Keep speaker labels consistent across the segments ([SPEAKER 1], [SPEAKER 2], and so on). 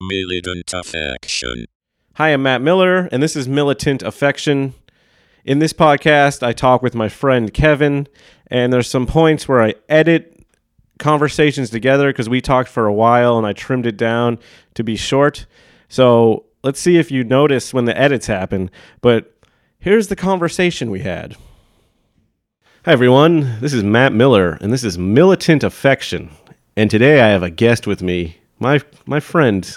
[SPEAKER 1] Militant affection.
[SPEAKER 2] Hi, I'm Matt Miller, and this is Militant Affection. In this podcast, I talk with my friend Kevin, and there's some points where I edit conversations together because we talked for a while and I trimmed it down to be short. So let's see if you notice when the edits happen. But here's the conversation we had. Hi, everyone. This is Matt Miller, and this is Militant Affection. And today I have a guest with me, my, my friend,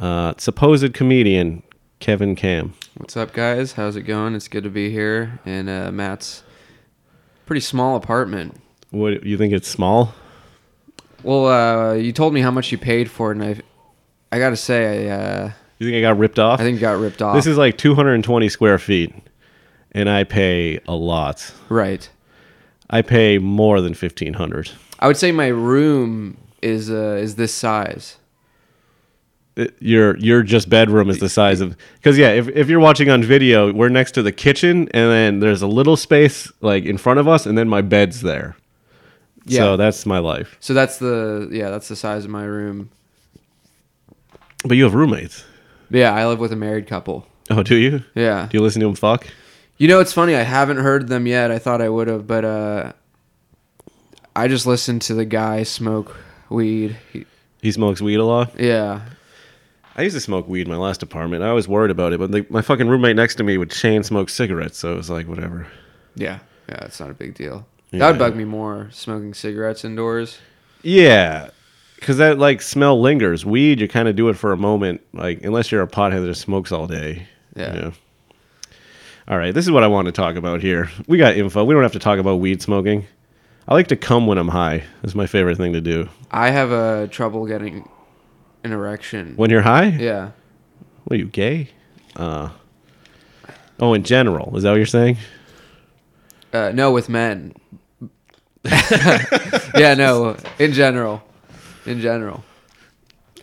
[SPEAKER 2] uh, supposed comedian Kevin Cam.
[SPEAKER 3] What's up, guys? How's it going? It's good to be here in uh, Matt's pretty small apartment.
[SPEAKER 2] What you think it's small?
[SPEAKER 3] Well, uh, you told me how much you paid for it, and I, I gotta say, I, uh,
[SPEAKER 2] You think I got ripped off?
[SPEAKER 3] I think you got ripped off.
[SPEAKER 2] this is like 220 square feet, and I pay a lot.
[SPEAKER 3] right.
[SPEAKER 2] I pay more than 1500.
[SPEAKER 3] I would say my room is uh, is this size.
[SPEAKER 2] It- Uh, Your your just bedroom is the size of because yeah if, if you're watching on video we're next to the kitchen and then there's a little space like in front of us and then my bed's there
[SPEAKER 3] Yeah.
[SPEAKER 2] so that's my life
[SPEAKER 3] So that's the yeah, that's the size of my room.
[SPEAKER 2] but you have roommates
[SPEAKER 3] But yeah, I live with a married couple.
[SPEAKER 2] oh do you
[SPEAKER 3] Yeah.
[SPEAKER 2] do you listen to them fuck
[SPEAKER 3] You know, it's funny. I haven't heard them yet. I thought I would have, but uh, I just listened to the guy smoke weed. He,
[SPEAKER 2] he smokes weed a lot
[SPEAKER 3] yeah.
[SPEAKER 2] I used to smoke weed in my last apartment. I was worried about it, but the, my fucking roommate next to me would chain smoke cigarettes, so it was like whatever.
[SPEAKER 3] Yeah, yeah, it's not a big deal.
[SPEAKER 2] Yeah.
[SPEAKER 3] that would bug me more smoking cigarettes indoors.
[SPEAKER 2] Yeah, because that like smell lingers. Weed, you kind of do it for a moment, like unless you're a pothead that smokes all day.
[SPEAKER 3] Yeah.
[SPEAKER 2] You know? All right, this is what I want to talk about here. We got info. We don't have to talk about weed smoking. I like to come when I'm high. That's my favorite thing to do.
[SPEAKER 3] I have uh, trouble getting an erection.
[SPEAKER 2] When you're high?
[SPEAKER 3] Yeah,
[SPEAKER 2] What are you gay? Uh. Oh, in general, is that what you're saying?
[SPEAKER 3] uh, no, with men. yeah, no, in general, in general.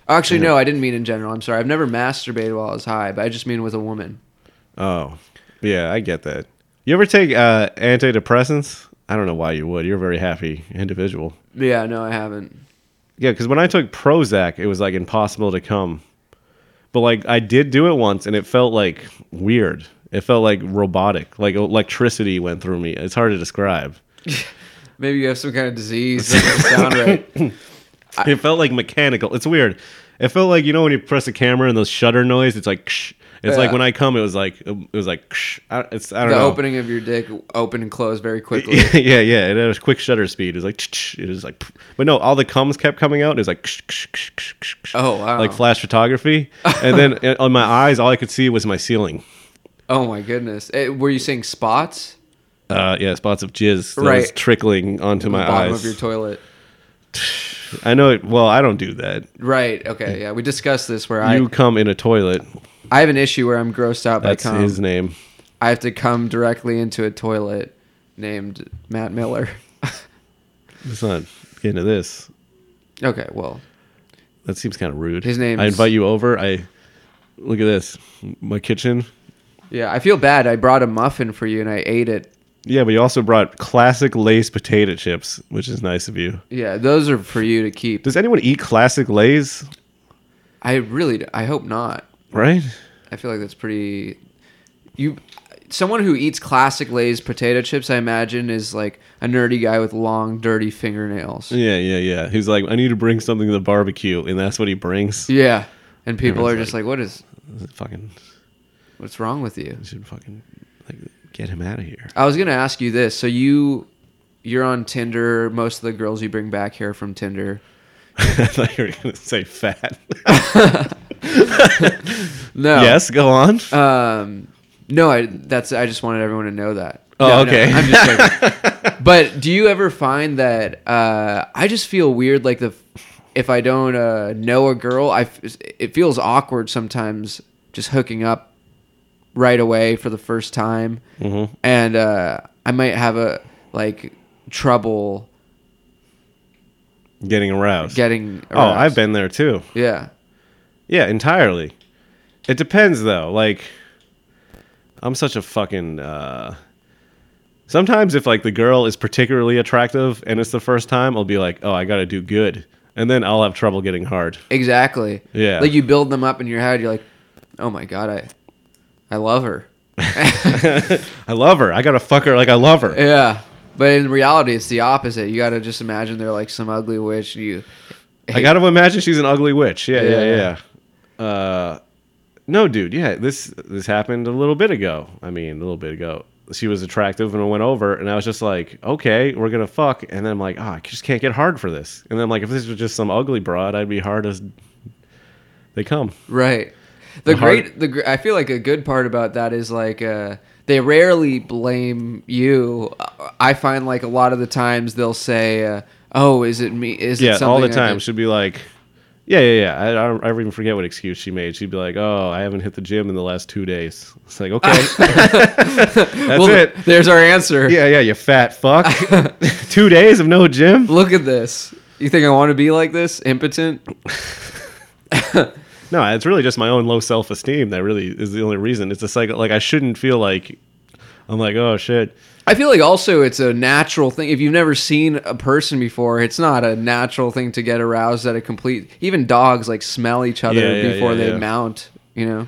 [SPEAKER 3] Actually, no, I didn't mean in general. I'm sorry. I've never masturbated while I was high, but I just mean with a woman.
[SPEAKER 2] Oh, yeah, I get that. You ever take uh, antidepressants? I don't know why you would. You're a very happy individual.
[SPEAKER 3] Yeah, no, I haven't.
[SPEAKER 2] Yeah, because when I took Prozac, it was like impossible to come. But like I did do it once, and it felt like weird. It felt like robotic. Like electricity went through me. It's hard to describe.
[SPEAKER 3] Maybe you have some kind of disease. That doesn't sound right.
[SPEAKER 2] it felt like mechanical. It's weird. It felt like you know when you press a camera and those shutter noise. It's like. Ksh. It's like
[SPEAKER 3] Yeah.
[SPEAKER 2] when I come, it was like it was like. Ksh. I, it's I don't
[SPEAKER 3] The
[SPEAKER 2] know.
[SPEAKER 3] opening of your dick open and close very quickly.
[SPEAKER 2] yeah, yeah. It had a quick shutter speed. It was like, tch-tch. it was like, pff. but no, all the comes kept coming out. It was like, ksh, ksh, ksh, ksh, ksh, ksh.
[SPEAKER 3] Oh, wow.
[SPEAKER 2] like flash photography. and then uh, on my eyes, all I could see was my ceiling.
[SPEAKER 3] Oh my goodness. Eh, were you saying spots?
[SPEAKER 2] Uh, yeah, spots of jizz that was
[SPEAKER 3] Right.
[SPEAKER 2] trickling onto my
[SPEAKER 3] bottom
[SPEAKER 2] eyes.
[SPEAKER 3] of your toilet.
[SPEAKER 2] I know. It, well, I don't do that.
[SPEAKER 3] Right. Okay. Yeah, we discussed this where
[SPEAKER 2] you come in a toilet.
[SPEAKER 3] I I have an issue where I'm grossed out by
[SPEAKER 2] That's
[SPEAKER 3] cum.
[SPEAKER 2] his name.
[SPEAKER 3] I have to come directly into a toilet named Matt Miller.
[SPEAKER 2] Let's not get into this.
[SPEAKER 3] okay. Well,
[SPEAKER 2] That seems kind of rude.
[SPEAKER 3] His name's-
[SPEAKER 2] I invite you over. I look at this. My kitchen.
[SPEAKER 3] yeah. I feel bad. I brought a muffin for you and I ate it.
[SPEAKER 2] Yeah, but you also brought classic Lay's potato chips, which is nice of you.
[SPEAKER 3] Yeah, those are for you to keep.
[SPEAKER 2] Does anyone eat classic Lay's?
[SPEAKER 3] I really. d- I hope not.
[SPEAKER 2] Right?
[SPEAKER 3] I feel like that's pretty. You, someone who eats classic Lay's potato chips, I imagine, is like a nerdy guy with long, dirty fingernails.
[SPEAKER 2] Yeah, yeah, yeah. He's like, I need to bring something to the barbecue, and that's what he brings.
[SPEAKER 3] Yeah. And people are
[SPEAKER 2] Everyone's
[SPEAKER 3] just like, what is,
[SPEAKER 2] Fucking,
[SPEAKER 3] what's wrong with you?
[SPEAKER 2] we should fucking like get him out of here.
[SPEAKER 3] I was gonna ask you this. So you, you're on Tinder. Most of the girls you bring back here are from Tinder.
[SPEAKER 2] I thought you were gonna say fat.
[SPEAKER 3] No.
[SPEAKER 2] Yes, go on.
[SPEAKER 3] Um. No. I. That's. I just wanted everyone to know that.
[SPEAKER 2] Oh,
[SPEAKER 3] No, no,
[SPEAKER 2] okay.
[SPEAKER 3] I'm just joking. but do you ever find that? Uh, I just feel weird. Like the, if I don't uh, know a girl, I. f- It feels awkward sometimes. Just hooking up, right away for the first time,
[SPEAKER 2] Mm-hmm.
[SPEAKER 3] and uh, I might have a like trouble
[SPEAKER 2] Getting aroused.
[SPEAKER 3] getting. Aroused.
[SPEAKER 2] Oh, I've been there too.
[SPEAKER 3] Yeah.
[SPEAKER 2] Yeah, entirely. It depends though. Like I'm such a fucking uh Sometimes if like the girl is particularly attractive and it's the first time, I'll be like, "Oh, I got to do good." and then I'll have trouble getting hard.
[SPEAKER 3] Exactly.
[SPEAKER 2] Yeah.
[SPEAKER 3] Like you build them up in your head. You're like, oh my god, I, I love her.
[SPEAKER 2] I love her. I gotta fuck her like I love her.
[SPEAKER 3] Yeah. But in reality, it's the opposite. You got to just imagine they're like some ugly witch. And you.
[SPEAKER 2] I gotta imagine she's an ugly witch. Yeah, yeah,
[SPEAKER 3] Yeah.
[SPEAKER 2] yeah. Uh, no, dude. Yeah, this this happened a little bit ago. I mean, a little bit ago. She was attractive, and I went over, and I was just like, "Okay, we're gonna fuck." And then I'm like, "Ah, I just can't get hard for this." And then I'm like, "If this was just some ugly broad, I'd be hard as they come."
[SPEAKER 3] Right. The
[SPEAKER 2] The hard-
[SPEAKER 3] great. The gr- I feel like a good part about that is like. uh they rarely blame you. I find like a lot of the times they'll say, uh, "Oh, is it me? Is it
[SPEAKER 2] Yeah,
[SPEAKER 3] something
[SPEAKER 2] all the
[SPEAKER 3] I did?"
[SPEAKER 2] time. She'd be like, "Yeah, yeah, yeah." I, I, don't, I even forget what excuse she made. She'd be like, "Oh, I haven't hit the gym in the last two days." It's like, okay, that's
[SPEAKER 3] well,
[SPEAKER 2] it.
[SPEAKER 3] There's our answer.
[SPEAKER 2] Yeah, yeah, you fat fuck. Two days of no gym?
[SPEAKER 3] Look at this. You think I want to be like this, impotent?
[SPEAKER 2] No, it's really just my own low self esteem that really is the only reason. It's a cycle. Like I shouldn't feel like I'm like oh shit.
[SPEAKER 3] I feel like also it's a natural thing. If you've never seen a person before, it's not a natural thing to get aroused at a complete. Even dogs like smell each other
[SPEAKER 2] Yeah, yeah,
[SPEAKER 3] before
[SPEAKER 2] yeah,
[SPEAKER 3] they
[SPEAKER 2] yeah.
[SPEAKER 3] mount. You know,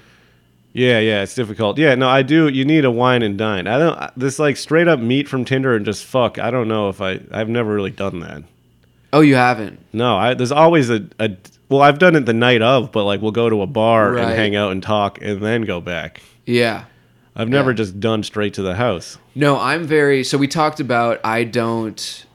[SPEAKER 2] Yeah, yeah, it's difficult. Yeah, no, I do. You need a wine and dine. I don't this like straight up meet from Tinder and just fuck. I don't know if I I've never really done that.
[SPEAKER 3] oh, you haven't.
[SPEAKER 2] No, I, there's always a, a well, I've done it the night of, but like we'll go to a bar and
[SPEAKER 3] Right.
[SPEAKER 2] hang out and talk and then go back.
[SPEAKER 3] Yeah.
[SPEAKER 2] I've never
[SPEAKER 3] Yeah.
[SPEAKER 2] just done straight to the house.
[SPEAKER 3] No, I'm very. So we talked about I don't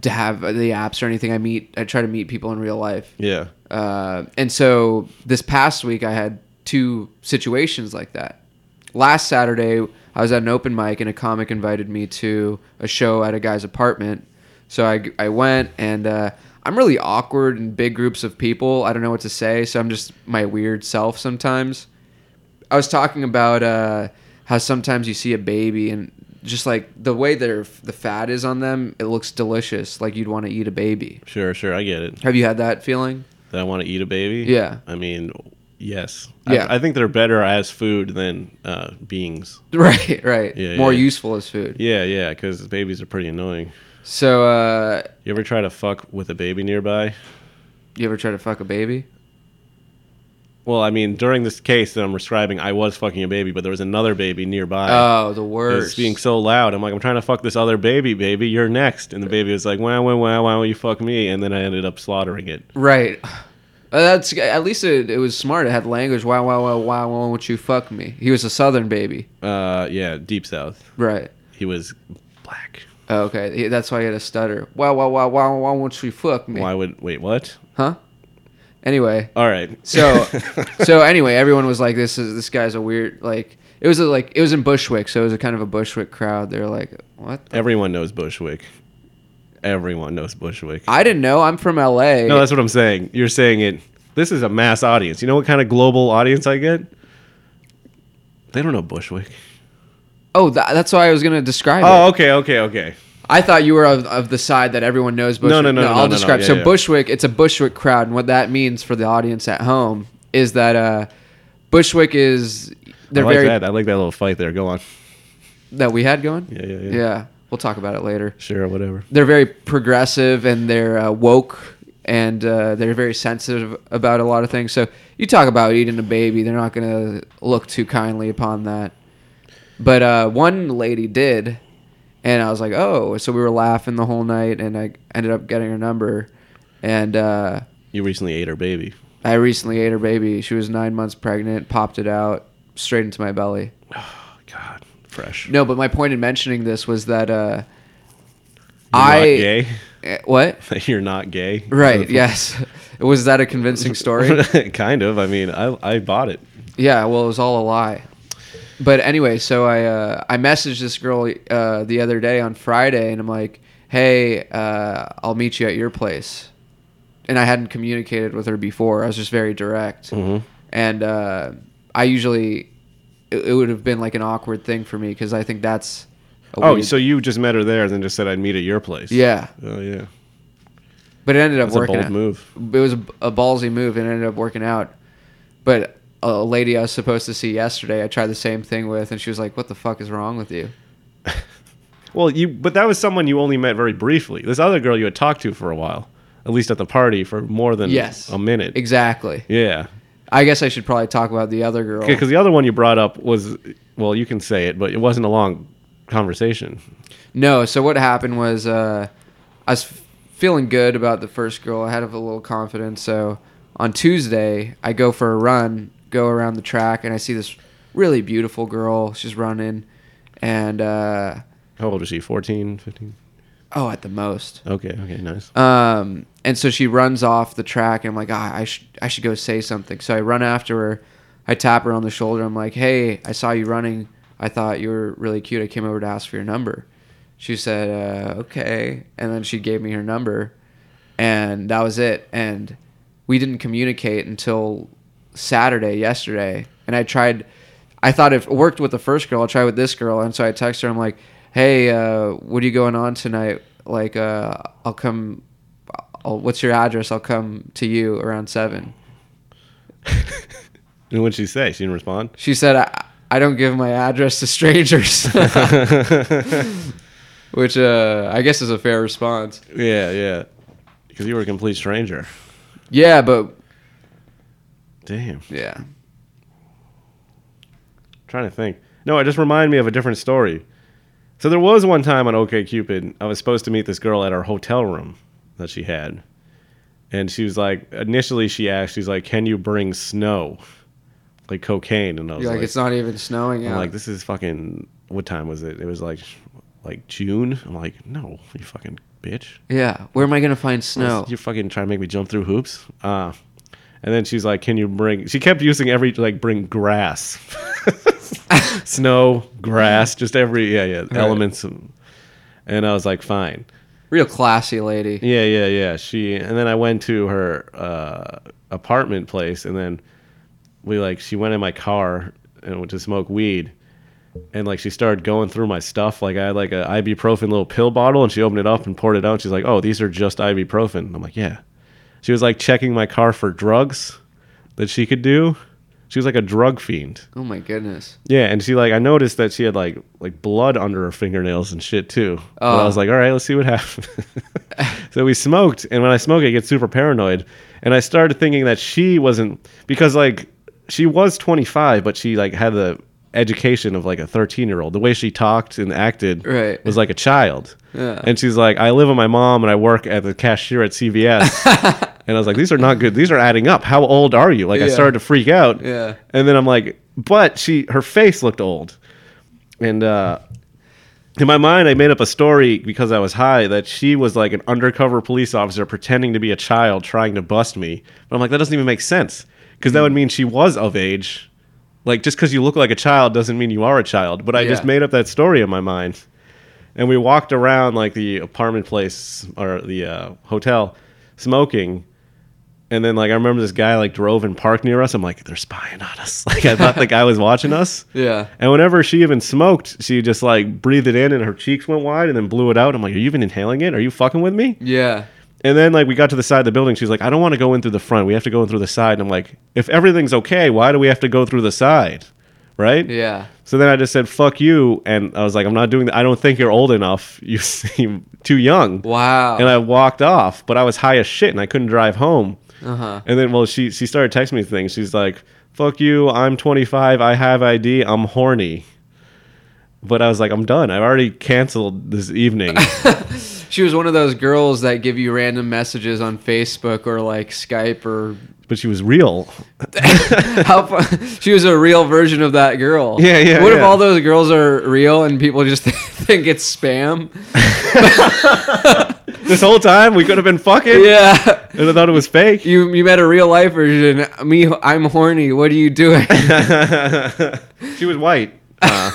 [SPEAKER 3] d- have the apps or anything. I meet. I try to meet people in real life.
[SPEAKER 2] Yeah.
[SPEAKER 3] Uh, and so this past week, I had two situations like that. Last Saturday, I was at an open mic, and a comic invited me to a show at a guy's apartment. So I, I went, and uh, I'm really awkward in big groups of people. I don't know what to say, so I'm just my weird self sometimes. I was talking about uh, how sometimes you see a baby and just like the way their the fat is on them, it looks delicious. Like you'd want to eat a baby.
[SPEAKER 2] Sure, sure, I get it.
[SPEAKER 3] Have you had that feeling?
[SPEAKER 2] that I want to eat a baby.
[SPEAKER 3] Yeah.
[SPEAKER 2] I mean, yes.
[SPEAKER 3] Yeah.
[SPEAKER 2] I, I think they're better as food than uh, beings.
[SPEAKER 3] Right, right.
[SPEAKER 2] Yeah,
[SPEAKER 3] More
[SPEAKER 2] yeah.
[SPEAKER 3] useful as food.
[SPEAKER 2] Yeah, yeah, because babies are pretty annoying.
[SPEAKER 3] So, uh,
[SPEAKER 2] You ever try to fuck with a baby nearby?
[SPEAKER 3] you ever try to fuck a baby?
[SPEAKER 2] Well, I mean, during this case that I'm describing, I was fucking a baby, but there was another baby nearby.
[SPEAKER 3] Oh, the
[SPEAKER 2] It
[SPEAKER 3] worst.
[SPEAKER 2] was being so loud. I'm like, I'm trying to fuck this other baby, baby. You're next. And the baby was like, wow, wow, wow, why won't you fuck me? And then I ended up slaughtering it.
[SPEAKER 3] right. Uh, that's at least it, it was smart. It had language. Wow, wow, wow, wow. Why won't you fuck me? He was a southern baby.
[SPEAKER 2] Uh, yeah, deep south.
[SPEAKER 3] Right.
[SPEAKER 2] He was black.
[SPEAKER 3] Oh, okay. He- That's why he had a stutter. Wow, wow, wow, wow. Why won't you fuck me?
[SPEAKER 2] Why would wait? What?
[SPEAKER 3] Huh? Anyway.
[SPEAKER 2] All right.
[SPEAKER 3] So, so anyway, everyone was like, "This is this guy's a weird like." It was a, like it was in Bushwick, so it was a kind of a Bushwick crowd. They're like, "What?" the-
[SPEAKER 2] Everyone knows Bushwick. Everyone knows Bushwick.
[SPEAKER 3] I didn't know. I'm from LA.
[SPEAKER 2] no, that's what I'm saying. You're saying it. This is a mass audience. You know what kind of global audience I get? They don't know Bushwick.
[SPEAKER 3] Oh, tha- that's why I was gonna describe
[SPEAKER 2] Oh,
[SPEAKER 3] it.
[SPEAKER 2] okay, okay, okay.
[SPEAKER 3] I thought you were of, of the side that everyone knows Bushwick.
[SPEAKER 2] no, no, no,
[SPEAKER 3] I'll
[SPEAKER 2] no, no,
[SPEAKER 3] describe.
[SPEAKER 2] yeah,
[SPEAKER 3] so
[SPEAKER 2] yeah.
[SPEAKER 3] Bushwick, it's a Bushwick crowd, and what that means for the audience at home is that uh, Bushwick is
[SPEAKER 2] I
[SPEAKER 3] they're
[SPEAKER 2] like
[SPEAKER 3] very
[SPEAKER 2] that. I like that little fight there. Go on.
[SPEAKER 3] that we had going.
[SPEAKER 2] Yeah, yeah, yeah.
[SPEAKER 3] Yeah, we'll talk about it later.
[SPEAKER 2] Sure, whatever.
[SPEAKER 3] They're very progressive and they're uh, woke and uh, they're very sensitive about a lot of things. So you talk about eating a baby, they're not gonna look too kindly upon that. But uh, one lady did, and I was like, oh. So we were laughing the whole night, and I ended up getting her number. And uh,
[SPEAKER 2] You recently ate her baby.
[SPEAKER 3] I recently ate her baby. She was nine months pregnant, popped it out straight into my belly.
[SPEAKER 2] Oh, God, fresh.
[SPEAKER 3] No, but my point in mentioning this was that uh,
[SPEAKER 2] You're not
[SPEAKER 3] I.
[SPEAKER 2] gay.
[SPEAKER 3] Eh, What?
[SPEAKER 2] You're not gay.
[SPEAKER 3] Right, yes. Was that a convincing story?
[SPEAKER 2] kind of. I mean, I I bought it.
[SPEAKER 3] Yeah, well, it was all a lie. But anyway, so I uh, I messaged this girl uh, the other day on Friday, and I'm like, "Hey, uh, I'll meet you at your place." And I hadn't communicated with her before. I was just very direct,
[SPEAKER 2] Mm-hmm.
[SPEAKER 3] and uh, I usually it, it would have been like an awkward thing for me because I think that's a
[SPEAKER 2] Oh,
[SPEAKER 3] weird-
[SPEAKER 2] so you just met her there, and then just said I'd meet at your place.
[SPEAKER 3] yeah.
[SPEAKER 2] Oh yeah.
[SPEAKER 3] But it ended up
[SPEAKER 2] That's a
[SPEAKER 3] working.
[SPEAKER 2] bold
[SPEAKER 3] out.
[SPEAKER 2] move.
[SPEAKER 3] it was a, a ballsy move and it ended up working out. But a lady I was supposed to see yesterday, I tried the same thing with, and she was like, "What the fuck is wrong with you?"
[SPEAKER 2] Well, you but that was someone you only met very briefly. This other girl you had talked to for a while. at least at the party, for more than
[SPEAKER 3] Yes.
[SPEAKER 2] a minute.
[SPEAKER 3] Exactly.
[SPEAKER 2] yeah.
[SPEAKER 3] I guess I should probably talk about the other girl.
[SPEAKER 2] Because the other one you brought up was, well, you can say it, but it wasn't a long conversation.
[SPEAKER 3] No, so what happened was uh, I was f- feeling good about the first girl. I had a little confidence. So on Tuesday, I go for a run, go around the track, and I see this really beautiful girl. She's running, and uh,
[SPEAKER 2] How old is she? 14, 15?
[SPEAKER 3] oh, at the most.
[SPEAKER 2] Okay, okay, nice.
[SPEAKER 3] Um, and so she runs off the track, and I'm like, ah, I should, I should go say something. So I run after her. I tap her on the shoulder. I'm like, Hey, I saw you running. I thought you were really cute. I came over to ask for your number. She said, uh, Okay, and then she gave me her number, and that was it. And we didn't communicate until Saturday, yesterday. And I tried. I thought if it worked with the first girl, I'll try with this girl. And so I text her. I'm like, Hey, uh, what are you going on tonight? Like, uh, I'll come I'll, what's your address? I'll come to you around seven.
[SPEAKER 2] and what'd she say? She didn't respond?
[SPEAKER 3] She said, I, I don't give my address to strangers, which uh, I guess is a fair response.
[SPEAKER 2] Yeah, yeah. Because you were a complete stranger.
[SPEAKER 3] Yeah, but
[SPEAKER 2] Damn.
[SPEAKER 3] yeah.
[SPEAKER 2] Trying to think. No, it just reminded me of a different story. So there was one time on OKCupid, I was supposed to meet this girl at our hotel room that she had. And she was like, initially she asked, she's like, can you bring snow? Like cocaine. And I was
[SPEAKER 3] You're like,
[SPEAKER 2] like,
[SPEAKER 3] it's not even snowing
[SPEAKER 2] I'm
[SPEAKER 3] out.
[SPEAKER 2] like, this is fucking, what time was it? It was like, like June. I'm like, no, you fucking bitch.
[SPEAKER 3] yeah, where am I going to find snow?
[SPEAKER 2] You're fucking trying to make me jump through hoops. Uh, and then she's like, "Can you bring?" She kept using every like, "Bring grass, snow, grass, just every yeah yeah elements." And I was like, "Fine."
[SPEAKER 3] Real classy lady.
[SPEAKER 2] Yeah, yeah, yeah. She and then I went to her uh, apartment place, and then we like she went in my car and went to smoke weed, and like she started going through my stuff. Like I had like a ibuprofen little pill bottle, and she opened it up and poured it out. she's like, "Oh, these are just ibuprofen." I'm like, "Yeah." She was like checking my car for drugs that she could do. She was like a drug fiend.
[SPEAKER 3] Oh my goodness.
[SPEAKER 2] Yeah, and she like I noticed that she had like like blood under her fingernails and shit too. Oh. I was like, all right, let's see what happens. so we smoked, and when I smoke, I get super paranoid, and I started thinking that she wasn't because like she was 25, but she like had the education of like a 13 year old. The way she talked and acted
[SPEAKER 3] Right.
[SPEAKER 2] was like a child.
[SPEAKER 3] Yeah.
[SPEAKER 2] And she's like, I live with my mom and I work at the cashier at CVS. and I was like, these are not good. These are adding up. How old are you? Like I
[SPEAKER 3] Yeah.
[SPEAKER 2] started to freak out.
[SPEAKER 3] Yeah.
[SPEAKER 2] And then I'm like, but she her face looked old. And uh in my mind I made up a story because I was high that she was like an undercover police officer pretending to be a child trying to bust me. But I'm like that doesn't even make sense cuz that would mean she was of age. Like just cuz you look like a child doesn't mean you are a child, but I just
[SPEAKER 3] Yeah.
[SPEAKER 2] made up that story in my mind. And we walked around like the apartment place or the uh, hotel smoking and then like I remember this guy like drove and parked near us. I'm like, they're spying on us. Like I thought the guy was watching us.
[SPEAKER 3] Yeah.
[SPEAKER 2] And whenever she even smoked, she just like breathed it in and her cheeks went wide and then blew it out. I'm like, Are you even inhaling it? Are you fucking with me?
[SPEAKER 3] Yeah.
[SPEAKER 2] And then like we got to the side of the building. She's like, I don't want to go in through the front. We have to go in through the side. And I'm like, if everything's okay, why do we have to go through the side? Right?
[SPEAKER 3] Yeah.
[SPEAKER 2] So then I just said, fuck you. And I was like, I'm not doing that. I don't think you're old enough. You seem too young
[SPEAKER 3] Wow.
[SPEAKER 2] and I walked off, but I was high as shit and I couldn't drive home.
[SPEAKER 3] Uh-huh.
[SPEAKER 2] And then, well, she she started texting me things. She's like, "Fuck you! I'm 25. I have ID. I'm horny." But I was like, "I'm done. I've already canceled this evening."
[SPEAKER 3] she was one of those girls that give you random messages on Facebook or like Skype or
[SPEAKER 2] but she was real.
[SPEAKER 3] How fun. She was a real version of that girl.
[SPEAKER 2] Yeah, yeah,
[SPEAKER 3] What if
[SPEAKER 2] yeah.
[SPEAKER 3] all those girls are real and people just think it's spam?
[SPEAKER 2] This whole time we could have been fucking,
[SPEAKER 3] Yeah.
[SPEAKER 2] and I thought it was fake.
[SPEAKER 3] You you met a real life version. Me, I'm horny. What are you doing?
[SPEAKER 2] she was white. Uh,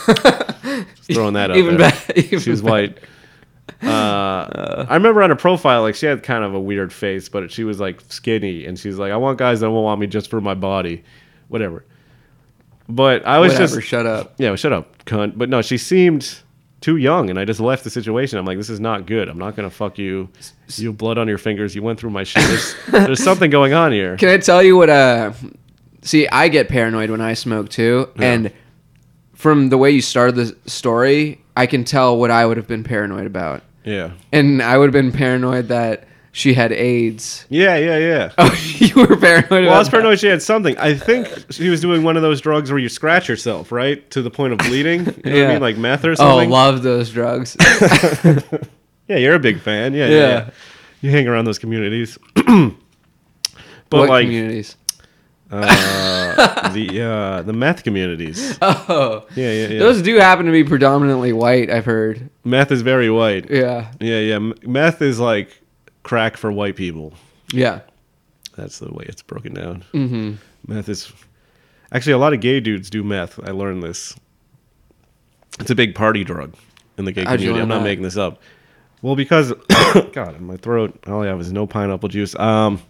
[SPEAKER 2] just throwing that out.
[SPEAKER 3] Even
[SPEAKER 2] there.
[SPEAKER 3] better. Even
[SPEAKER 2] she was
[SPEAKER 3] better.
[SPEAKER 2] white. Uh, I remember on her profile, like she had kind of a weird face, but she was like skinny, and she's like, "I want guys that won't want me just for my body, whatever." But I was
[SPEAKER 3] Whatever.
[SPEAKER 2] just
[SPEAKER 3] shut up.
[SPEAKER 2] yeah, well, shut up, cunt. But no, she seemed too young, and I just left the situation. I'm like, this is not good. I'm not gonna fuck you. You have blood on your fingers. You went through my shit. There's, there's something going on here.
[SPEAKER 3] Can I tell you what? Uh, see, I get paranoid when I smoke too, and from the way you started the story, I can tell what I would have been paranoid about.
[SPEAKER 2] Yeah,
[SPEAKER 3] and I would have been paranoid that she had AIDS.
[SPEAKER 2] Yeah, yeah, yeah.
[SPEAKER 3] Oh, you were paranoid.
[SPEAKER 2] Well, I was
[SPEAKER 3] about that.
[SPEAKER 2] paranoid she had something. I think she was doing one of those drugs where you scratch yourself, right? To the point of bleeding. You know what
[SPEAKER 3] Yeah.
[SPEAKER 2] I mean? Like meth or
[SPEAKER 3] Oh,
[SPEAKER 2] something.
[SPEAKER 3] love those drugs.
[SPEAKER 2] yeah, you're a big fan. Yeah, yeah.
[SPEAKER 3] Yeah.
[SPEAKER 2] yeah. You hang around those communities. but
[SPEAKER 3] what
[SPEAKER 2] like
[SPEAKER 3] communities?
[SPEAKER 2] uh, the uh, the meth communities.
[SPEAKER 3] Oh,
[SPEAKER 2] Yeah, yeah, yeah.
[SPEAKER 3] those do happen to be predominantly white. I've heard.
[SPEAKER 2] meth is very white.
[SPEAKER 3] Yeah,
[SPEAKER 2] Yeah, yeah. M- Meth is like crack for white people.
[SPEAKER 3] yeah.
[SPEAKER 2] That's the way it's broken down. Mm-hmm. Meth is actually a lot of gay dudes do meth. I learned this. It's a big party drug in the gay
[SPEAKER 3] How'd you
[SPEAKER 2] community. I'm
[SPEAKER 3] learn
[SPEAKER 2] not
[SPEAKER 3] that?
[SPEAKER 2] making this up. Well, because God, my throat. All I have is no pineapple juice. Um,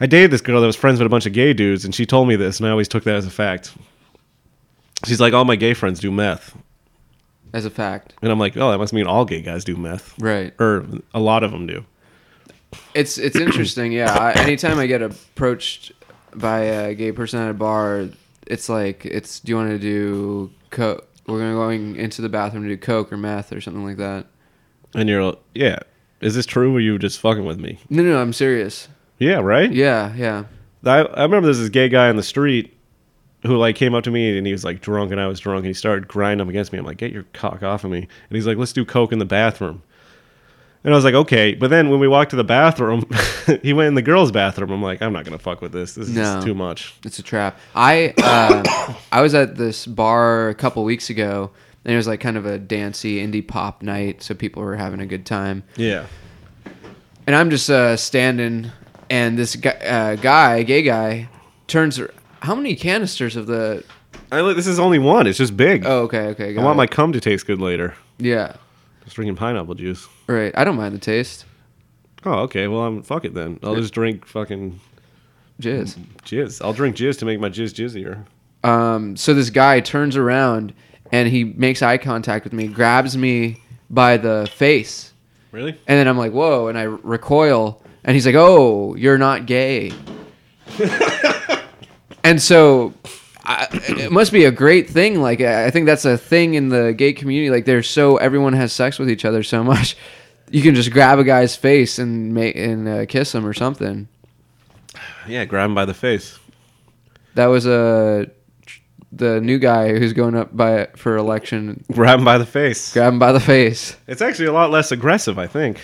[SPEAKER 2] I dated this girl that was friends with a bunch of gay dudes, and she told me this, and I always took that as a fact. She's like, all my gay friends do meth,
[SPEAKER 3] As a fact,
[SPEAKER 2] and I'm like, oh, that must mean all gay guys do meth,
[SPEAKER 3] right?
[SPEAKER 2] or a lot of them do.
[SPEAKER 3] It's it's interesting. Yeah. I, anytime I get approached by a gay person at a bar, it's like it's do you want to do coke? We're gonna going into the bathroom to do coke or meth or something like that.
[SPEAKER 2] And you're like, yeah, is this true? Or you just fucking with me?
[SPEAKER 3] No, no, I'm serious.
[SPEAKER 2] Yeah, right.
[SPEAKER 3] Yeah, yeah.
[SPEAKER 2] I, I remember there's this gay guy on the street who like came up to me and he was like drunk and I was drunk and he started grinding up against me. I'm like, get your cock off of me. And he's like, let's do coke in the bathroom. And I was like, okay. But then when we walked to the bathroom, he went in the girls' bathroom. I'm like, I'm not gonna fuck with this. This is
[SPEAKER 3] No.
[SPEAKER 2] too much.
[SPEAKER 3] It's a trap. I uh, I was at this bar a couple weeks ago, and it was like kind of a dancey indie pop night, so people were having a good time.
[SPEAKER 2] Yeah.
[SPEAKER 3] and I'm just uh, standing, and this guy, uh, guy, gay guy, turns. ar- How many canisters of the?
[SPEAKER 2] I li- this is only one. It's just big.
[SPEAKER 3] Oh, okay, okay.
[SPEAKER 2] I
[SPEAKER 3] got
[SPEAKER 2] want
[SPEAKER 3] it.
[SPEAKER 2] my cum to taste good later.
[SPEAKER 3] Yeah,
[SPEAKER 2] Just drinking pineapple juice.
[SPEAKER 3] right. I don't mind the taste.
[SPEAKER 2] Oh, okay. Well, I'm fuck it then. I'll just drink fucking
[SPEAKER 3] Jizz.
[SPEAKER 2] jizz. I'll drink jizz to make my jizz jizzier.
[SPEAKER 3] Um, so this guy turns around, and he makes eye contact with me, grabs me by the face,
[SPEAKER 2] Really?
[SPEAKER 3] and then I'm like, "Whoa!" and I recoil, and he's like, "Oh, you're not gay." and so, I, it must be a great thing. Like, I I think that's a thing in the gay community. Like, they're so everyone has sex with each other so much, you can just grab a guy's face and ma- and uh, kiss him or something.
[SPEAKER 2] Yeah, grab him by the face.
[SPEAKER 3] That was uh, the new guy who's going up by for election.
[SPEAKER 2] Grab him by the face.
[SPEAKER 3] Grab him by the face.
[SPEAKER 2] It's actually a lot less aggressive, I think,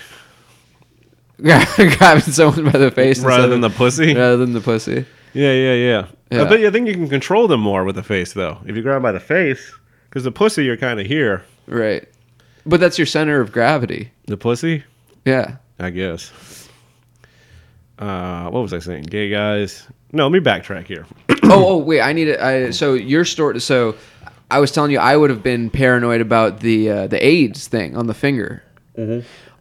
[SPEAKER 3] Grabbing someone by the face
[SPEAKER 2] rather
[SPEAKER 3] instead
[SPEAKER 2] than the
[SPEAKER 3] of-
[SPEAKER 2] pussy. Yeah,
[SPEAKER 3] rather than the pussy.
[SPEAKER 2] yeah, yeah.
[SPEAKER 3] Yeah.
[SPEAKER 2] I bet you I think you can control them more with the face, though. If you grab them by the face, because the pussy, you're kind of here.
[SPEAKER 3] Right. But that's your center of gravity.
[SPEAKER 2] The pussy,
[SPEAKER 3] Yeah.
[SPEAKER 2] I guess. Uh, what was I saying? Gay guys. No, let me backtrack here.
[SPEAKER 3] oh, oh, wait. I need to. I, so your story. So I was telling you, I would have been paranoid about the uh, the AIDS thing on the finger.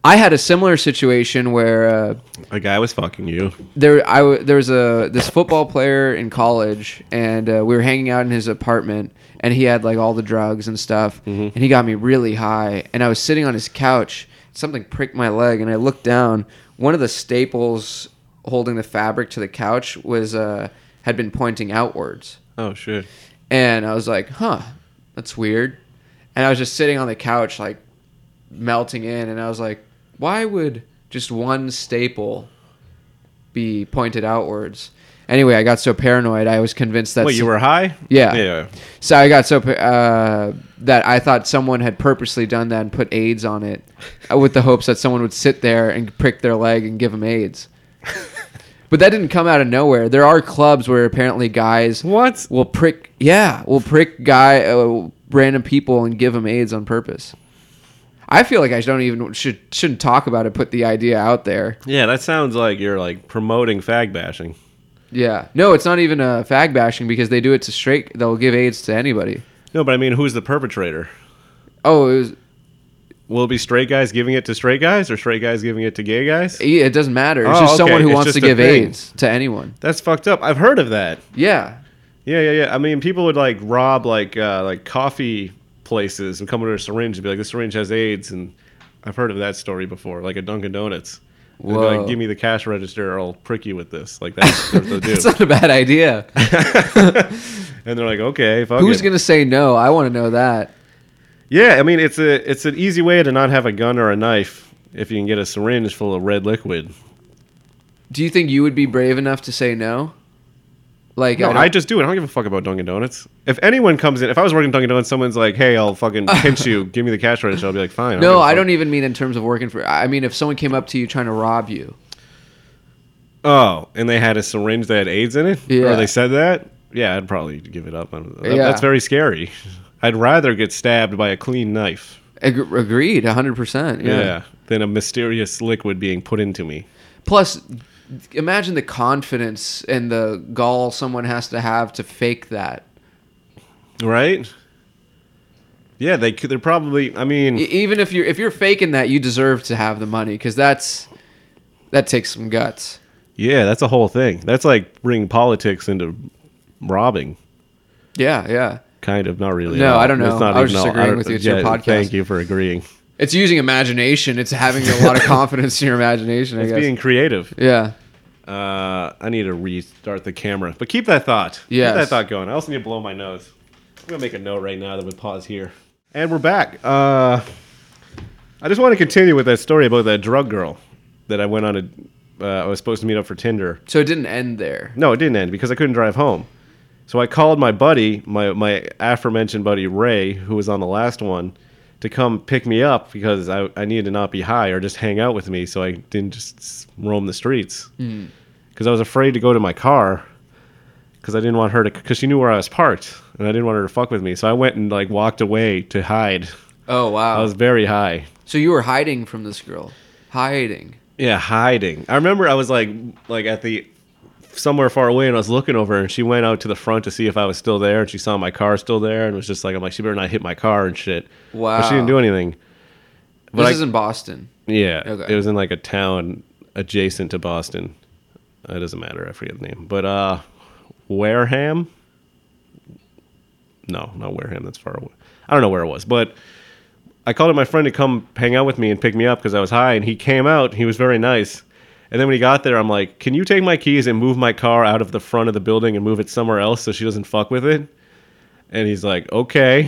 [SPEAKER 3] I had a similar situation where uh,
[SPEAKER 2] A guy was fucking you.
[SPEAKER 3] there I w- there was a this football player in college, and uh, we were hanging out in his apartment, and he had like all the drugs and stuff, and he got me really high, and I was sitting on his couch, something pricked my leg, and I looked down, one of the staples holding the fabric to the couch was uh, had been pointing outwards,
[SPEAKER 2] Oh shit.
[SPEAKER 3] and I was like, huh, that's weird, and I was just sitting on the couch like melting in, and I was like, why would just one staple be pointed outwards? Anyway, I got so paranoid, I was convinced that
[SPEAKER 2] Wait, you were high?
[SPEAKER 3] Yeah.
[SPEAKER 2] Yeah.
[SPEAKER 3] so I got so pa- uh, that I thought someone had purposely done that and put AIDS on it, uh, with the hopes that someone would sit there and prick their leg and give them AIDS. but that didn't come out of nowhere. There are clubs where apparently guys
[SPEAKER 2] What?
[SPEAKER 3] will prick. Yeah, will prick guy uh, random people and give them AIDS on purpose. I feel like I don't even should shouldn't talk about it. Put the idea out there.
[SPEAKER 2] Yeah, that sounds like you're like promoting fag bashing.
[SPEAKER 3] Yeah. No, it's not even a fag bashing because they do it to straight. They'll give AIDS to anybody.
[SPEAKER 2] No, but I mean, who's the perpetrator?
[SPEAKER 3] Oh, it was.
[SPEAKER 2] Will it be straight guys giving it to straight guys or straight guys giving it to gay guys?
[SPEAKER 3] Yeah, e, It doesn't matter. It's
[SPEAKER 2] Oh,
[SPEAKER 3] just someone
[SPEAKER 2] okay.
[SPEAKER 3] who
[SPEAKER 2] It's
[SPEAKER 3] wants
[SPEAKER 2] just
[SPEAKER 3] to
[SPEAKER 2] a
[SPEAKER 3] give
[SPEAKER 2] thing.
[SPEAKER 3] AIDS to anyone.
[SPEAKER 2] That's fucked up. I've heard of that.
[SPEAKER 3] Yeah.
[SPEAKER 2] Yeah, yeah, yeah. I mean, people would like rob like uh, like coffee places and come with a syringe and be like, "This syringe has AIDS," and I've heard of that story before, like at Dunkin' Donuts. They'd be
[SPEAKER 3] Whoa.
[SPEAKER 2] like, "Give me the cash register, or I'll prick you with this." Like that's what they do.
[SPEAKER 3] That's not a bad idea.
[SPEAKER 2] and they're like, "Okay, fuck
[SPEAKER 3] Who's
[SPEAKER 2] it."
[SPEAKER 3] going to say no? I want to know that.
[SPEAKER 2] yeah, I mean, it's a it's an easy way to not have a gun or a knife if you can get a syringe full of red liquid.
[SPEAKER 3] Do you think you would be brave enough to say no? Like
[SPEAKER 2] No,
[SPEAKER 3] I,
[SPEAKER 2] I
[SPEAKER 3] don't-
[SPEAKER 2] just do it. I don't give a fuck about Dunkin' Donuts. If anyone comes in, if I was working at Dunkin' Donuts, someone's like, "Hey, I'll fucking pinch you. Give me the cash register." I'll be like, "Fine."
[SPEAKER 3] no,
[SPEAKER 2] give a
[SPEAKER 3] I
[SPEAKER 2] fuck."
[SPEAKER 3] don't even mean in terms of working for. I mean, if someone came up to you trying to rob you,
[SPEAKER 2] Oh, and they had a syringe that had AIDS in it?
[SPEAKER 3] Yeah.
[SPEAKER 2] Or they said that? Yeah, I'd probably give it up. I'm- that-
[SPEAKER 3] Yeah.
[SPEAKER 2] That's very scary. I'd rather get stabbed by a clean knife.
[SPEAKER 3] Ag- agreed, hundred percent.
[SPEAKER 2] Yeah. Than a mysterious liquid being put into me.
[SPEAKER 3] Plus, imagine the confidence and the gall someone has to have to fake that.
[SPEAKER 2] Right? Yeah, they could, they're probably, I mean,
[SPEAKER 3] E- Even if you're if you're faking that, you deserve to have the money because that's that takes some guts.
[SPEAKER 2] yeah, that's a whole thing. That's like bringing politics into robbing.
[SPEAKER 3] Yeah, yeah.
[SPEAKER 2] Kind of, not really.
[SPEAKER 3] No,
[SPEAKER 2] at all.
[SPEAKER 3] I don't know.
[SPEAKER 2] It's not
[SPEAKER 3] I
[SPEAKER 2] even
[SPEAKER 3] was just
[SPEAKER 2] all-
[SPEAKER 3] agreeing
[SPEAKER 2] don't-
[SPEAKER 3] with you. It's your podcast.
[SPEAKER 2] Thank you for agreeing.
[SPEAKER 3] It's using imagination. It's having a lot of confidence in your imagination. I
[SPEAKER 2] It's
[SPEAKER 3] guess.
[SPEAKER 2] being creative.
[SPEAKER 3] yeah.
[SPEAKER 2] Uh, I need to restart the camera, but keep that thought.
[SPEAKER 3] Yes.
[SPEAKER 2] Keep that thought going. I also need to blow my nose. I'm gonna make a note right now that we pause here. And we're back. Uh, I just want to continue with that story about that drug girl that I went on a. Uh, I was supposed to meet up for Tinder.
[SPEAKER 3] So it didn't end there.
[SPEAKER 2] No, it didn't end because I couldn't drive home. So I called my buddy, my my aforementioned buddy Ray, who was on the last one, to come pick me up because I, I needed to not be high or just hang out with me so I didn't just s- roam the streets. Because I was afraid to go to my car because I didn't want her to, because she knew where I was parked and I didn't want her to fuck with me. So I went and like walked away to hide.
[SPEAKER 3] Oh wow.
[SPEAKER 2] I was very high.
[SPEAKER 3] So you were hiding from this girl. Hiding.
[SPEAKER 2] Yeah, hiding. I remember I was like like at the somewhere far away and I was looking over and she went out to the front to see if I was still there and she saw my car still there and was just like I'm like she better not hit my car and shit. But she didn't do
[SPEAKER 3] Wow.
[SPEAKER 2] anything. But
[SPEAKER 3] this
[SPEAKER 2] I-
[SPEAKER 3] is in Boston.
[SPEAKER 2] Yeah.
[SPEAKER 3] Okay.
[SPEAKER 2] It was in like a town adjacent to Boston. It doesn't matter, I forget the name. But uh Wareham? No, not Wareham, that's far away. I don't know where it was, but I called up my friend to come hang out with me and pick me up because I was high, and he came out. He was very nice. And then when he got there, I'm like, "Can you take my keys and move my car out of the front of the building and move it somewhere else so she doesn't fuck with it?" And he's like, "Okay."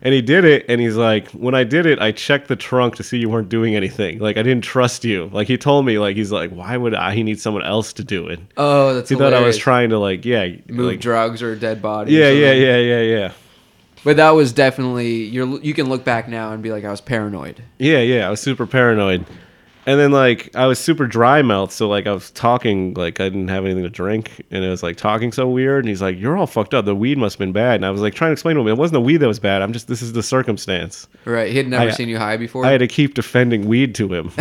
[SPEAKER 2] and he did it, and he's like, "When I did it, I checked the trunk to see you weren't doing anything. Like I didn't trust you. Like he told me, like he's like, why would I? He needs someone else to do it.
[SPEAKER 3] Oh, that's
[SPEAKER 2] He thought I was
[SPEAKER 3] hilarious.
[SPEAKER 2] trying to like, yeah,
[SPEAKER 3] move
[SPEAKER 2] like,
[SPEAKER 3] drugs or a dead body. or
[SPEAKER 2] yeah,
[SPEAKER 3] something.
[SPEAKER 2] yeah, yeah, yeah, yeah."
[SPEAKER 3] But that was definitely you're. You can look back now and be like, I was paranoid.
[SPEAKER 2] Yeah, yeah, I was super paranoid. And then like I was super dry mouth, so like I was talking like I didn't have anything to drink, and it was like talking so weird. And he's like, "You're all fucked up. The weed must have been bad." And I was like trying to explain to him, it wasn't the weed that was bad. I'm just this is the circumstance.
[SPEAKER 3] Right. He had never
[SPEAKER 2] I-
[SPEAKER 3] seen you high before.
[SPEAKER 2] I had to keep defending weed to him.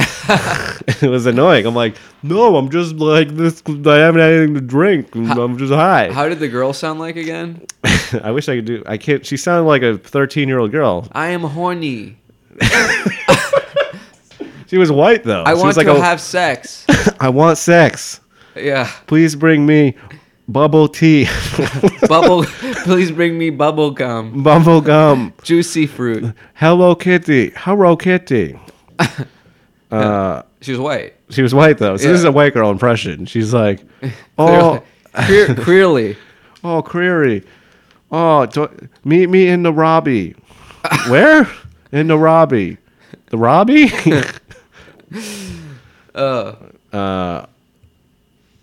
[SPEAKER 2] it was annoying. I'm like, "No, I'm just like this. I haven't had anything to drink. I'm just high."
[SPEAKER 3] How did the girl sound like again?
[SPEAKER 2] I wish I could do. I can't. She sounded like a 13 year old girl.
[SPEAKER 3] I am horny.
[SPEAKER 2] She was white though.
[SPEAKER 3] I
[SPEAKER 2] she
[SPEAKER 3] want
[SPEAKER 2] was like,
[SPEAKER 3] to
[SPEAKER 2] a-
[SPEAKER 3] have sex.
[SPEAKER 2] I want sex.
[SPEAKER 3] yeah.
[SPEAKER 2] please bring me bubble tea,
[SPEAKER 3] Bubble. please bring me bubble gum,
[SPEAKER 2] bubble gum,
[SPEAKER 3] juicy fruit.
[SPEAKER 2] Hello Kitty, Hello Kitty.
[SPEAKER 3] She was white.
[SPEAKER 2] She was white though, so this is
[SPEAKER 3] Yeah.
[SPEAKER 2] a white girl impression. She's like, oh,
[SPEAKER 3] Clear, clearly.
[SPEAKER 2] oh, Creary, oh, do- meet me in the Robbie. Where? In the Robbie. The Robbie?
[SPEAKER 3] Uh,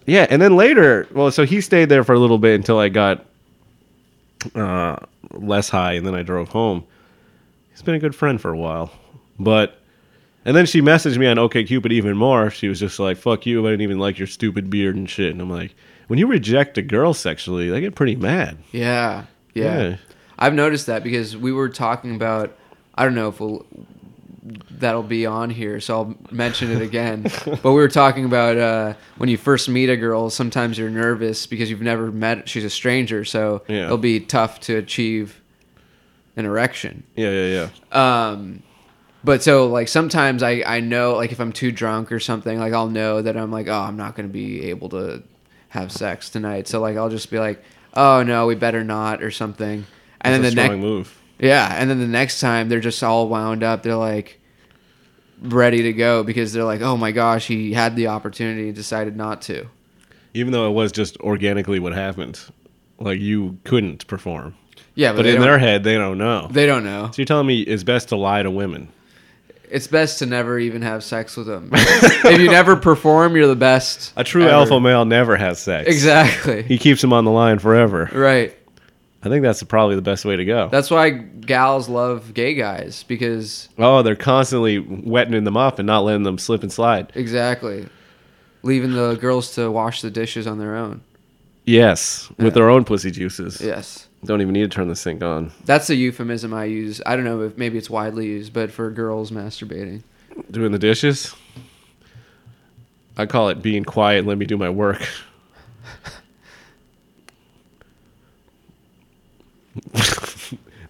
[SPEAKER 2] yeah, and then later, well, so he stayed there for a little bit until I got uh, less high, and then I drove home. He's been a good friend for a while, but and then she messaged me on OKCupid even more. She was just like, "Fuck you! I didn't even like your stupid beard and shit." And I'm like, when you reject a girl sexually, they get pretty mad.
[SPEAKER 3] yeah. Yeah.
[SPEAKER 2] Yeah.
[SPEAKER 3] I've noticed that because we were talking about I don't know if we'll that'll be on here, so I'll mention it again. but we were talking about uh, when you first meet a girl, sometimes you're nervous because you've never met she's a stranger, so
[SPEAKER 2] Yeah.
[SPEAKER 3] it'll be tough to achieve an erection.
[SPEAKER 2] Yeah, yeah, yeah.
[SPEAKER 3] Um, but so like sometimes I I know like if I'm too drunk or something like I'll know that I'm like oh I'm not gonna be able to have sex tonight so like I'll just be like oh no we better not or something and
[SPEAKER 2] That's a
[SPEAKER 3] then the
[SPEAKER 2] strong
[SPEAKER 3] next
[SPEAKER 2] move.
[SPEAKER 3] yeah, and then the next time they're just all wound up. They're like ready to go because they're like, "Oh my gosh, he had the opportunity and decided not to."
[SPEAKER 2] Even though it was just organically what happened, like you couldn't perform,
[SPEAKER 3] Yeah,
[SPEAKER 2] but,
[SPEAKER 3] but, they
[SPEAKER 2] in
[SPEAKER 3] don't,
[SPEAKER 2] their head, they don't know.
[SPEAKER 3] they don't know.
[SPEAKER 2] so you're telling me it's best to lie to women?
[SPEAKER 3] It's best to never even have sex with them. if you never perform, you're the best.
[SPEAKER 2] A true
[SPEAKER 3] ever.
[SPEAKER 2] alpha male never has sex.
[SPEAKER 3] Exactly.
[SPEAKER 2] He keeps him on the line forever.
[SPEAKER 3] Right.
[SPEAKER 2] I think that's probably the best way to go.
[SPEAKER 3] That's why gals love gay guys because
[SPEAKER 2] Oh, they're constantly wetting them up and not letting them slip and slide.
[SPEAKER 3] exactly leaving the girls to wash the dishes on their own.
[SPEAKER 2] Yes, with their own pussy juices.
[SPEAKER 3] Yes.
[SPEAKER 2] Don't even need to turn the sink on.
[SPEAKER 3] That's a euphemism I use. I don't know if maybe it's widely used, but for girls masturbating.
[SPEAKER 2] Doing the dishes. I call it being quiet and let me do my work.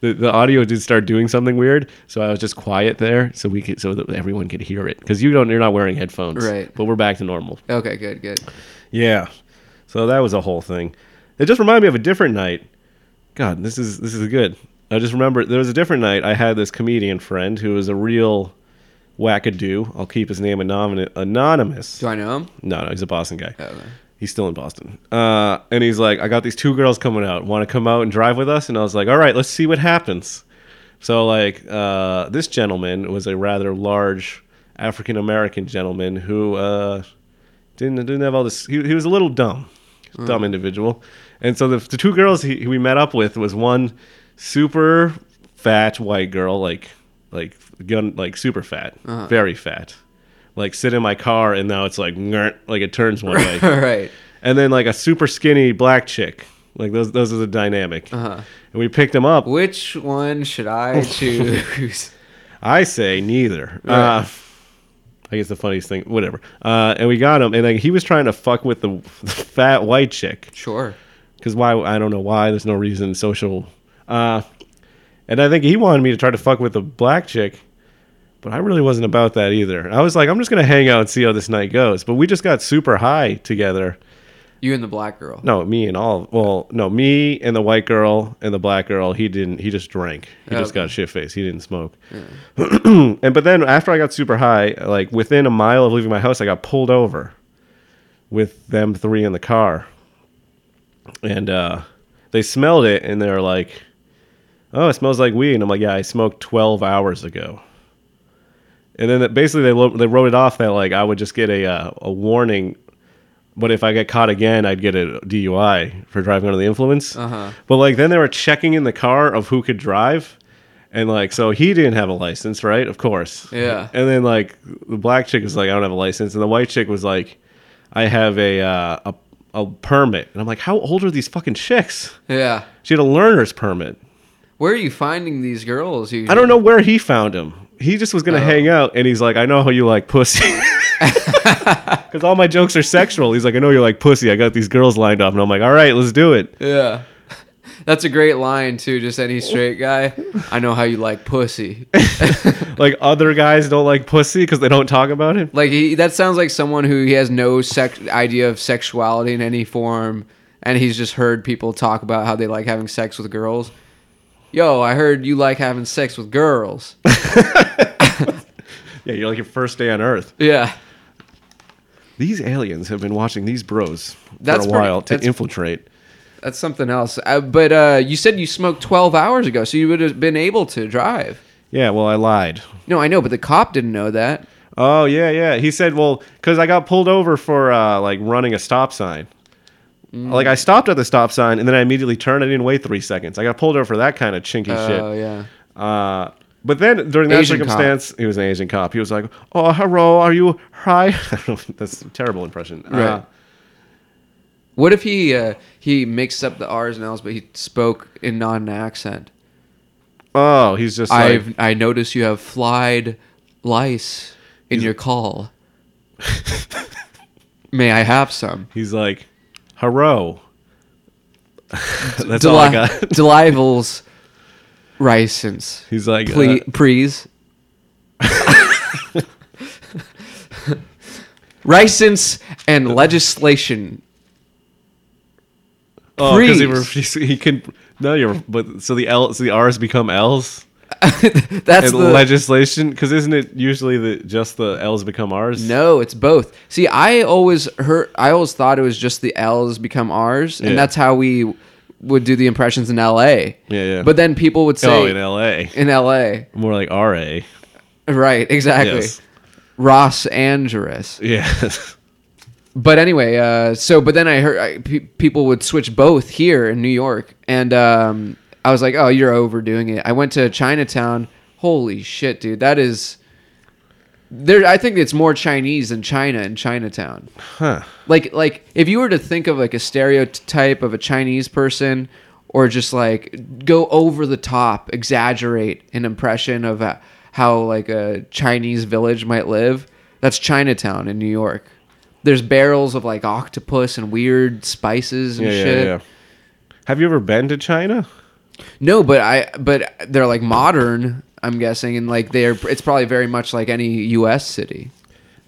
[SPEAKER 2] the, the audio did start doing something weird, so I was just quiet there so we could so that everyone could hear it cuz you don't you're not wearing headphones.
[SPEAKER 3] Right.
[SPEAKER 2] But we're back to normal.
[SPEAKER 3] Okay, good, good.
[SPEAKER 2] Yeah. So that was a whole thing. It just reminded me of a different night. God, this is this is good. I just remember there was a different night I had this comedian friend who was a real wackadoo. I'll keep his name anonym- anonymous.
[SPEAKER 3] Do I know him?
[SPEAKER 2] No, no, he's a Boston guy.
[SPEAKER 3] Okay.
[SPEAKER 2] He's still in Boston. Uh, and he's like, I got these two girls coming out. Want to come out and drive with us? And I was like, all right, let's see what happens. So, like, uh, this gentleman was a rather large African American gentleman who uh, didn't didn't have all this. He, he was a little dumb, dumb individual. And so the, the two girls he, we met up with was one super fat white girl, like like gun like super fat, very fat. Like sit in my car and now it's like ngert, like it turns one way
[SPEAKER 3] All right.
[SPEAKER 2] and then like a super skinny black chick. Like those, those are the dynamic.
[SPEAKER 3] Uh-huh.
[SPEAKER 2] And we picked them up.
[SPEAKER 3] Which one should I choose?
[SPEAKER 2] I say neither.
[SPEAKER 3] Right.
[SPEAKER 2] Uh, I guess the funniest thing, whatever. Uh, and we got him, and like he was trying to fuck with the, the fat white chick.
[SPEAKER 3] sure.
[SPEAKER 2] because why I don't know why there's no reason social uh and I think he wanted me to try to fuck with the black chick but I really wasn't about that either I was like I'm just gonna hang out and see how this night goes but we just got super high together
[SPEAKER 3] You and the black girl.
[SPEAKER 2] no me and all well no me and the white girl and the black girl he didn't he just drank he just
[SPEAKER 3] Okay.
[SPEAKER 2] got shit faced he didn't smoke and but then after I got super high like within a mile of leaving my house I got pulled over with them three in the car and uh, they smelled it and they're like, "Oh, it smells like weed." And I'm like, "Yeah, I smoked 12 hours ago." And then that- basically they lo- they wrote it off that like I would just get a uh, a warning, but if I get caught again, I'd get a DUI for driving under the influence.
[SPEAKER 3] Uh-huh.
[SPEAKER 2] But like then they were checking in the car of who could drive. And like so he didn't have a license, right? Of course.
[SPEAKER 3] Yeah.
[SPEAKER 2] And then like the black chick was like, I don't have a license, and the white chick was like, I have a uh, a a permit, and I'm like, how old are these fucking chicks?
[SPEAKER 3] Yeah.
[SPEAKER 2] She had a learner's permit.
[SPEAKER 3] Where are you finding these girls? You
[SPEAKER 2] I don't know where he found him. He just was gonna
[SPEAKER 3] Oh.
[SPEAKER 2] hang out, and he's like, I know how you like pussy. Because all my jokes are sexual. He's like, I know you like pussy. I got these girls lined up, and I'm like, all right, let's do it.
[SPEAKER 3] Yeah. That's a great line too. Just any straight guy. I know how you like pussy.
[SPEAKER 2] Like other guys don't like pussy because they don't talk about it.
[SPEAKER 3] Like he, that sounds like someone who he has no sex idea of sexuality in any form, and he's just heard people talk about how they like having sex with girls. Yo, I heard you like having sex with girls.
[SPEAKER 2] Yeah, you're like your first day on Earth.
[SPEAKER 3] yeah,
[SPEAKER 2] These aliens have been watching these bros for
[SPEAKER 3] That's
[SPEAKER 2] a
[SPEAKER 3] pretty-
[SPEAKER 2] while to
[SPEAKER 3] that's-
[SPEAKER 2] infiltrate.
[SPEAKER 3] that's something else. Uh, but uh, you said you smoked twelve hours ago, so you would have been able to drive.
[SPEAKER 2] Yeah, well, I lied.
[SPEAKER 3] No, I know, but the cop didn't know that.
[SPEAKER 2] Oh yeah, yeah. He said, "Well, because I got pulled over for uh, like running a stop sign. Like I stopped at the stop sign and then I immediately turned. I didn't wait three seconds. I got pulled over for that kind of chinky
[SPEAKER 3] Oh
[SPEAKER 2] shit.
[SPEAKER 3] yeah.
[SPEAKER 2] Uh, but then during that
[SPEAKER 3] Asian cop.
[SPEAKER 2] circumstance, he was an Asian cop. He was like, "Oh, hello, are you high?" That's a terrible impression. Uh,
[SPEAKER 3] Right. What if he uh, he mixed up the R's and L's, but he spoke in not an accent?
[SPEAKER 2] oh, he's just like,
[SPEAKER 3] I've I notice you have flied lice in your call. May I have some?
[SPEAKER 2] he's like, "Hello." That's all I
[SPEAKER 3] Deli-
[SPEAKER 2] got.
[SPEAKER 3] Delivals license.
[SPEAKER 2] He's like,
[SPEAKER 3] Please,
[SPEAKER 2] uh,
[SPEAKER 3] please. License and legislation.
[SPEAKER 2] "Oh, because he,
[SPEAKER 3] please.
[SPEAKER 2] refused- he can." No, you're. But so the L, so the R's become L's.
[SPEAKER 3] That's
[SPEAKER 2] and
[SPEAKER 3] the
[SPEAKER 2] legislation because isn't it usually that just the l's become r's
[SPEAKER 3] No, it's both. See, I always heard, I always thought it was just the L's become R's,
[SPEAKER 2] Yeah.
[SPEAKER 3] and that's how we would do the impressions in LA.
[SPEAKER 2] Yeah, Oh, yeah.
[SPEAKER 3] But then people would say
[SPEAKER 2] oh in la
[SPEAKER 3] in LA,
[SPEAKER 2] more like ra
[SPEAKER 3] Right, exactly.
[SPEAKER 2] Yes.
[SPEAKER 3] Ross Angeles.
[SPEAKER 2] Yeah.
[SPEAKER 3] But anyway, uh, so but then I heard I, pe- people would switch both here in New York, and um, I was like, "Oh, you're overdoing it." I went to Chinatown. Holy shit, dude! That is there. I think it's more Chinese than China in Chinatown.
[SPEAKER 2] huh.
[SPEAKER 3] Like, like if you were to think of like a stereotype of a Chinese person, or just like go over the top, exaggerate an impression of uh, how like a Chinese village might live. That's Chinatown in New York. There's barrels of like octopus and weird spices and
[SPEAKER 2] Yeah, yeah,
[SPEAKER 3] shit.
[SPEAKER 2] yeah. Have you ever been to China?
[SPEAKER 3] No, but I but they're like modern. I'm guessing, and like they're it's probably very much like any U.S. city.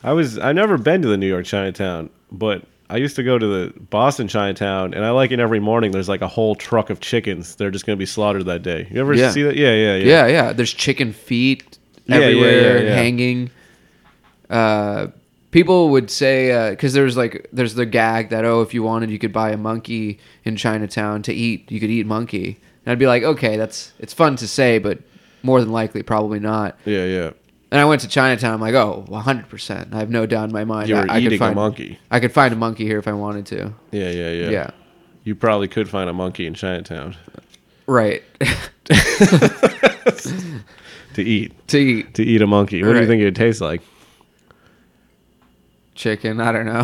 [SPEAKER 2] I was I've never been to the New York Chinatown, but I used to go to the Boston Chinatown and I like it every morning there's like a whole truck of chickens. They're just gonna be slaughtered that day. You ever
[SPEAKER 3] Yeah.
[SPEAKER 2] see that? Yeah, yeah, yeah.
[SPEAKER 3] Yeah, yeah. There's chicken feet
[SPEAKER 2] Yeah, yeah,
[SPEAKER 3] everywhere
[SPEAKER 2] yeah, yeah.
[SPEAKER 3] hanging. Uh, people would say because there's like there's the gag that oh if you wanted you could buy a monkey in Chinatown to eat you could eat monkey and I'd be like okay that's it's fun to say but more than likely probably not
[SPEAKER 2] Yeah, yeah.
[SPEAKER 3] and I went to Chinatown I'm like oh 100 percent I have no doubt in my mind
[SPEAKER 2] You
[SPEAKER 3] I,
[SPEAKER 2] were
[SPEAKER 3] I
[SPEAKER 2] eating
[SPEAKER 3] could find
[SPEAKER 2] a monkey.
[SPEAKER 3] I could find a monkey here if I wanted to
[SPEAKER 2] Yeah, yeah, yeah.
[SPEAKER 3] yeah.
[SPEAKER 2] You probably could find a monkey in Chinatown
[SPEAKER 3] right
[SPEAKER 2] to eat.
[SPEAKER 3] to eat
[SPEAKER 2] To eat a monkey. What do you
[SPEAKER 3] Right.
[SPEAKER 2] think it'd taste like?
[SPEAKER 3] chicken I don't know.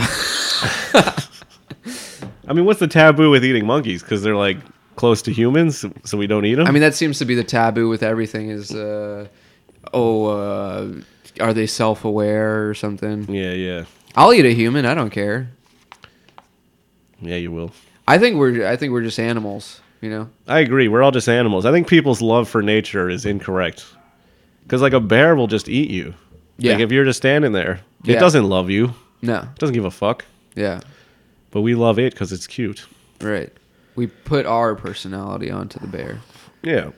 [SPEAKER 2] I mean, what's the taboo with eating monkeys? Because they're like close to humans, so we don't eat them.
[SPEAKER 3] I mean, that seems to be the taboo with everything is, uh, oh, uh, are they self aware or something?
[SPEAKER 2] yeah, yeah,
[SPEAKER 3] I'll eat a human. I don't care.
[SPEAKER 2] yeah. You will.
[SPEAKER 3] I think we're, I think we're just animals, you know?
[SPEAKER 2] I agree. We're all just animals. I think people's love for nature is incorrect. Because like a bear will just eat you.
[SPEAKER 3] Yeah.
[SPEAKER 2] Like if you're just standing there, it
[SPEAKER 3] Yeah.
[SPEAKER 2] doesn't love you. It
[SPEAKER 3] No.
[SPEAKER 2] doesn't give a fuck.
[SPEAKER 3] Yeah.
[SPEAKER 2] But we love it because it's cute.
[SPEAKER 3] Right. We put our personality onto the bear.
[SPEAKER 2] Yeah.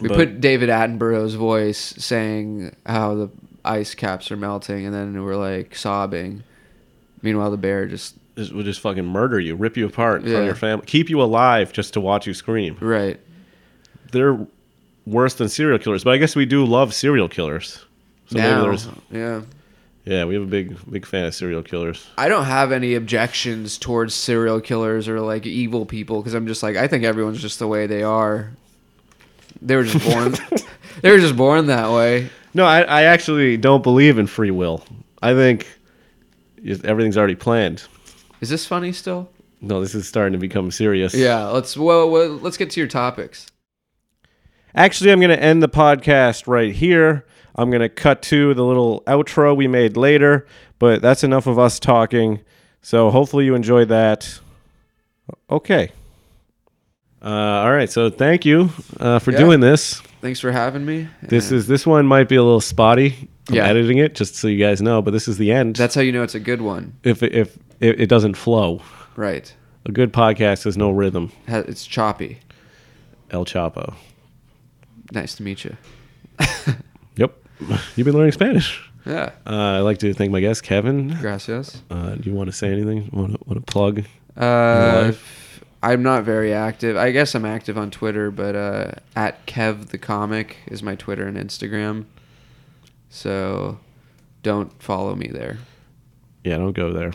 [SPEAKER 3] We
[SPEAKER 2] But-
[SPEAKER 3] put David Attenborough's voice saying how the ice caps are melting, and then we're like sobbing. Meanwhile, the bear just
[SPEAKER 2] It would just fucking murder you, rip you apart from
[SPEAKER 3] Yeah.
[SPEAKER 2] your family, keep you alive just to watch you scream.
[SPEAKER 3] right.
[SPEAKER 2] They're worse than serial killers, but I guess we do love serial killers. So maybe
[SPEAKER 3] now,
[SPEAKER 2] there's
[SPEAKER 3] yeah.
[SPEAKER 2] yeah, we have a big big fan of serial killers.
[SPEAKER 3] I don't have any objections towards serial killers or like evil people because I'm just like I think everyone's just the way they are. They were just born. they were just born that way.
[SPEAKER 2] No, I, I actually don't believe in free will. I think just everything's already planned.
[SPEAKER 3] Is this funny still?
[SPEAKER 2] No, this is starting to become serious.
[SPEAKER 3] Yeah. Let's well, well let's get to your topics.
[SPEAKER 2] Actually, I'm going to end the podcast right here. I'm going to cut to the little outro we made later, but that's enough of us talking. So hopefully you enjoyed that. Okay. Uh, all right. So thank you uh, for
[SPEAKER 3] Yeah.
[SPEAKER 2] doing this.
[SPEAKER 3] Thanks for having me.
[SPEAKER 2] This is this one might be a little spotty. I'm
[SPEAKER 3] Yeah.
[SPEAKER 2] editing it just so you guys know, but this is the end.
[SPEAKER 3] That's how you know it's a good one,
[SPEAKER 2] if if it, it doesn't flow.
[SPEAKER 3] right?
[SPEAKER 2] A good podcast has no rhythm.
[SPEAKER 3] Ha- It's choppy.
[SPEAKER 2] El Chapo.
[SPEAKER 3] Nice to meet you.
[SPEAKER 2] Yep. You've been learning Spanish.
[SPEAKER 3] Yeah.
[SPEAKER 2] Uh, I'd like to thank my guest, Kevin.
[SPEAKER 3] Gracias.
[SPEAKER 2] Uh, do you want to say anything? Want to, want to plug?
[SPEAKER 3] Uh,
[SPEAKER 2] life?
[SPEAKER 3] I'm not very active. I guess I'm active on Twitter, but uh, at Kev the Comic is my Twitter and Instagram. So don't follow me there.
[SPEAKER 2] Yeah, don't go there.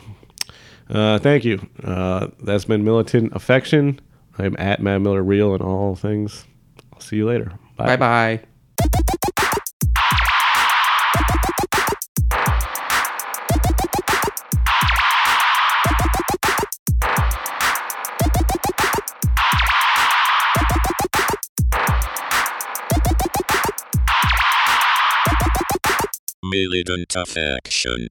[SPEAKER 2] Uh, thank you. Uh, that's been Militant Affection. I'm at Matt Miller Real and all things. I'll see you later.
[SPEAKER 3] Bye bye.
[SPEAKER 1] Militant affection.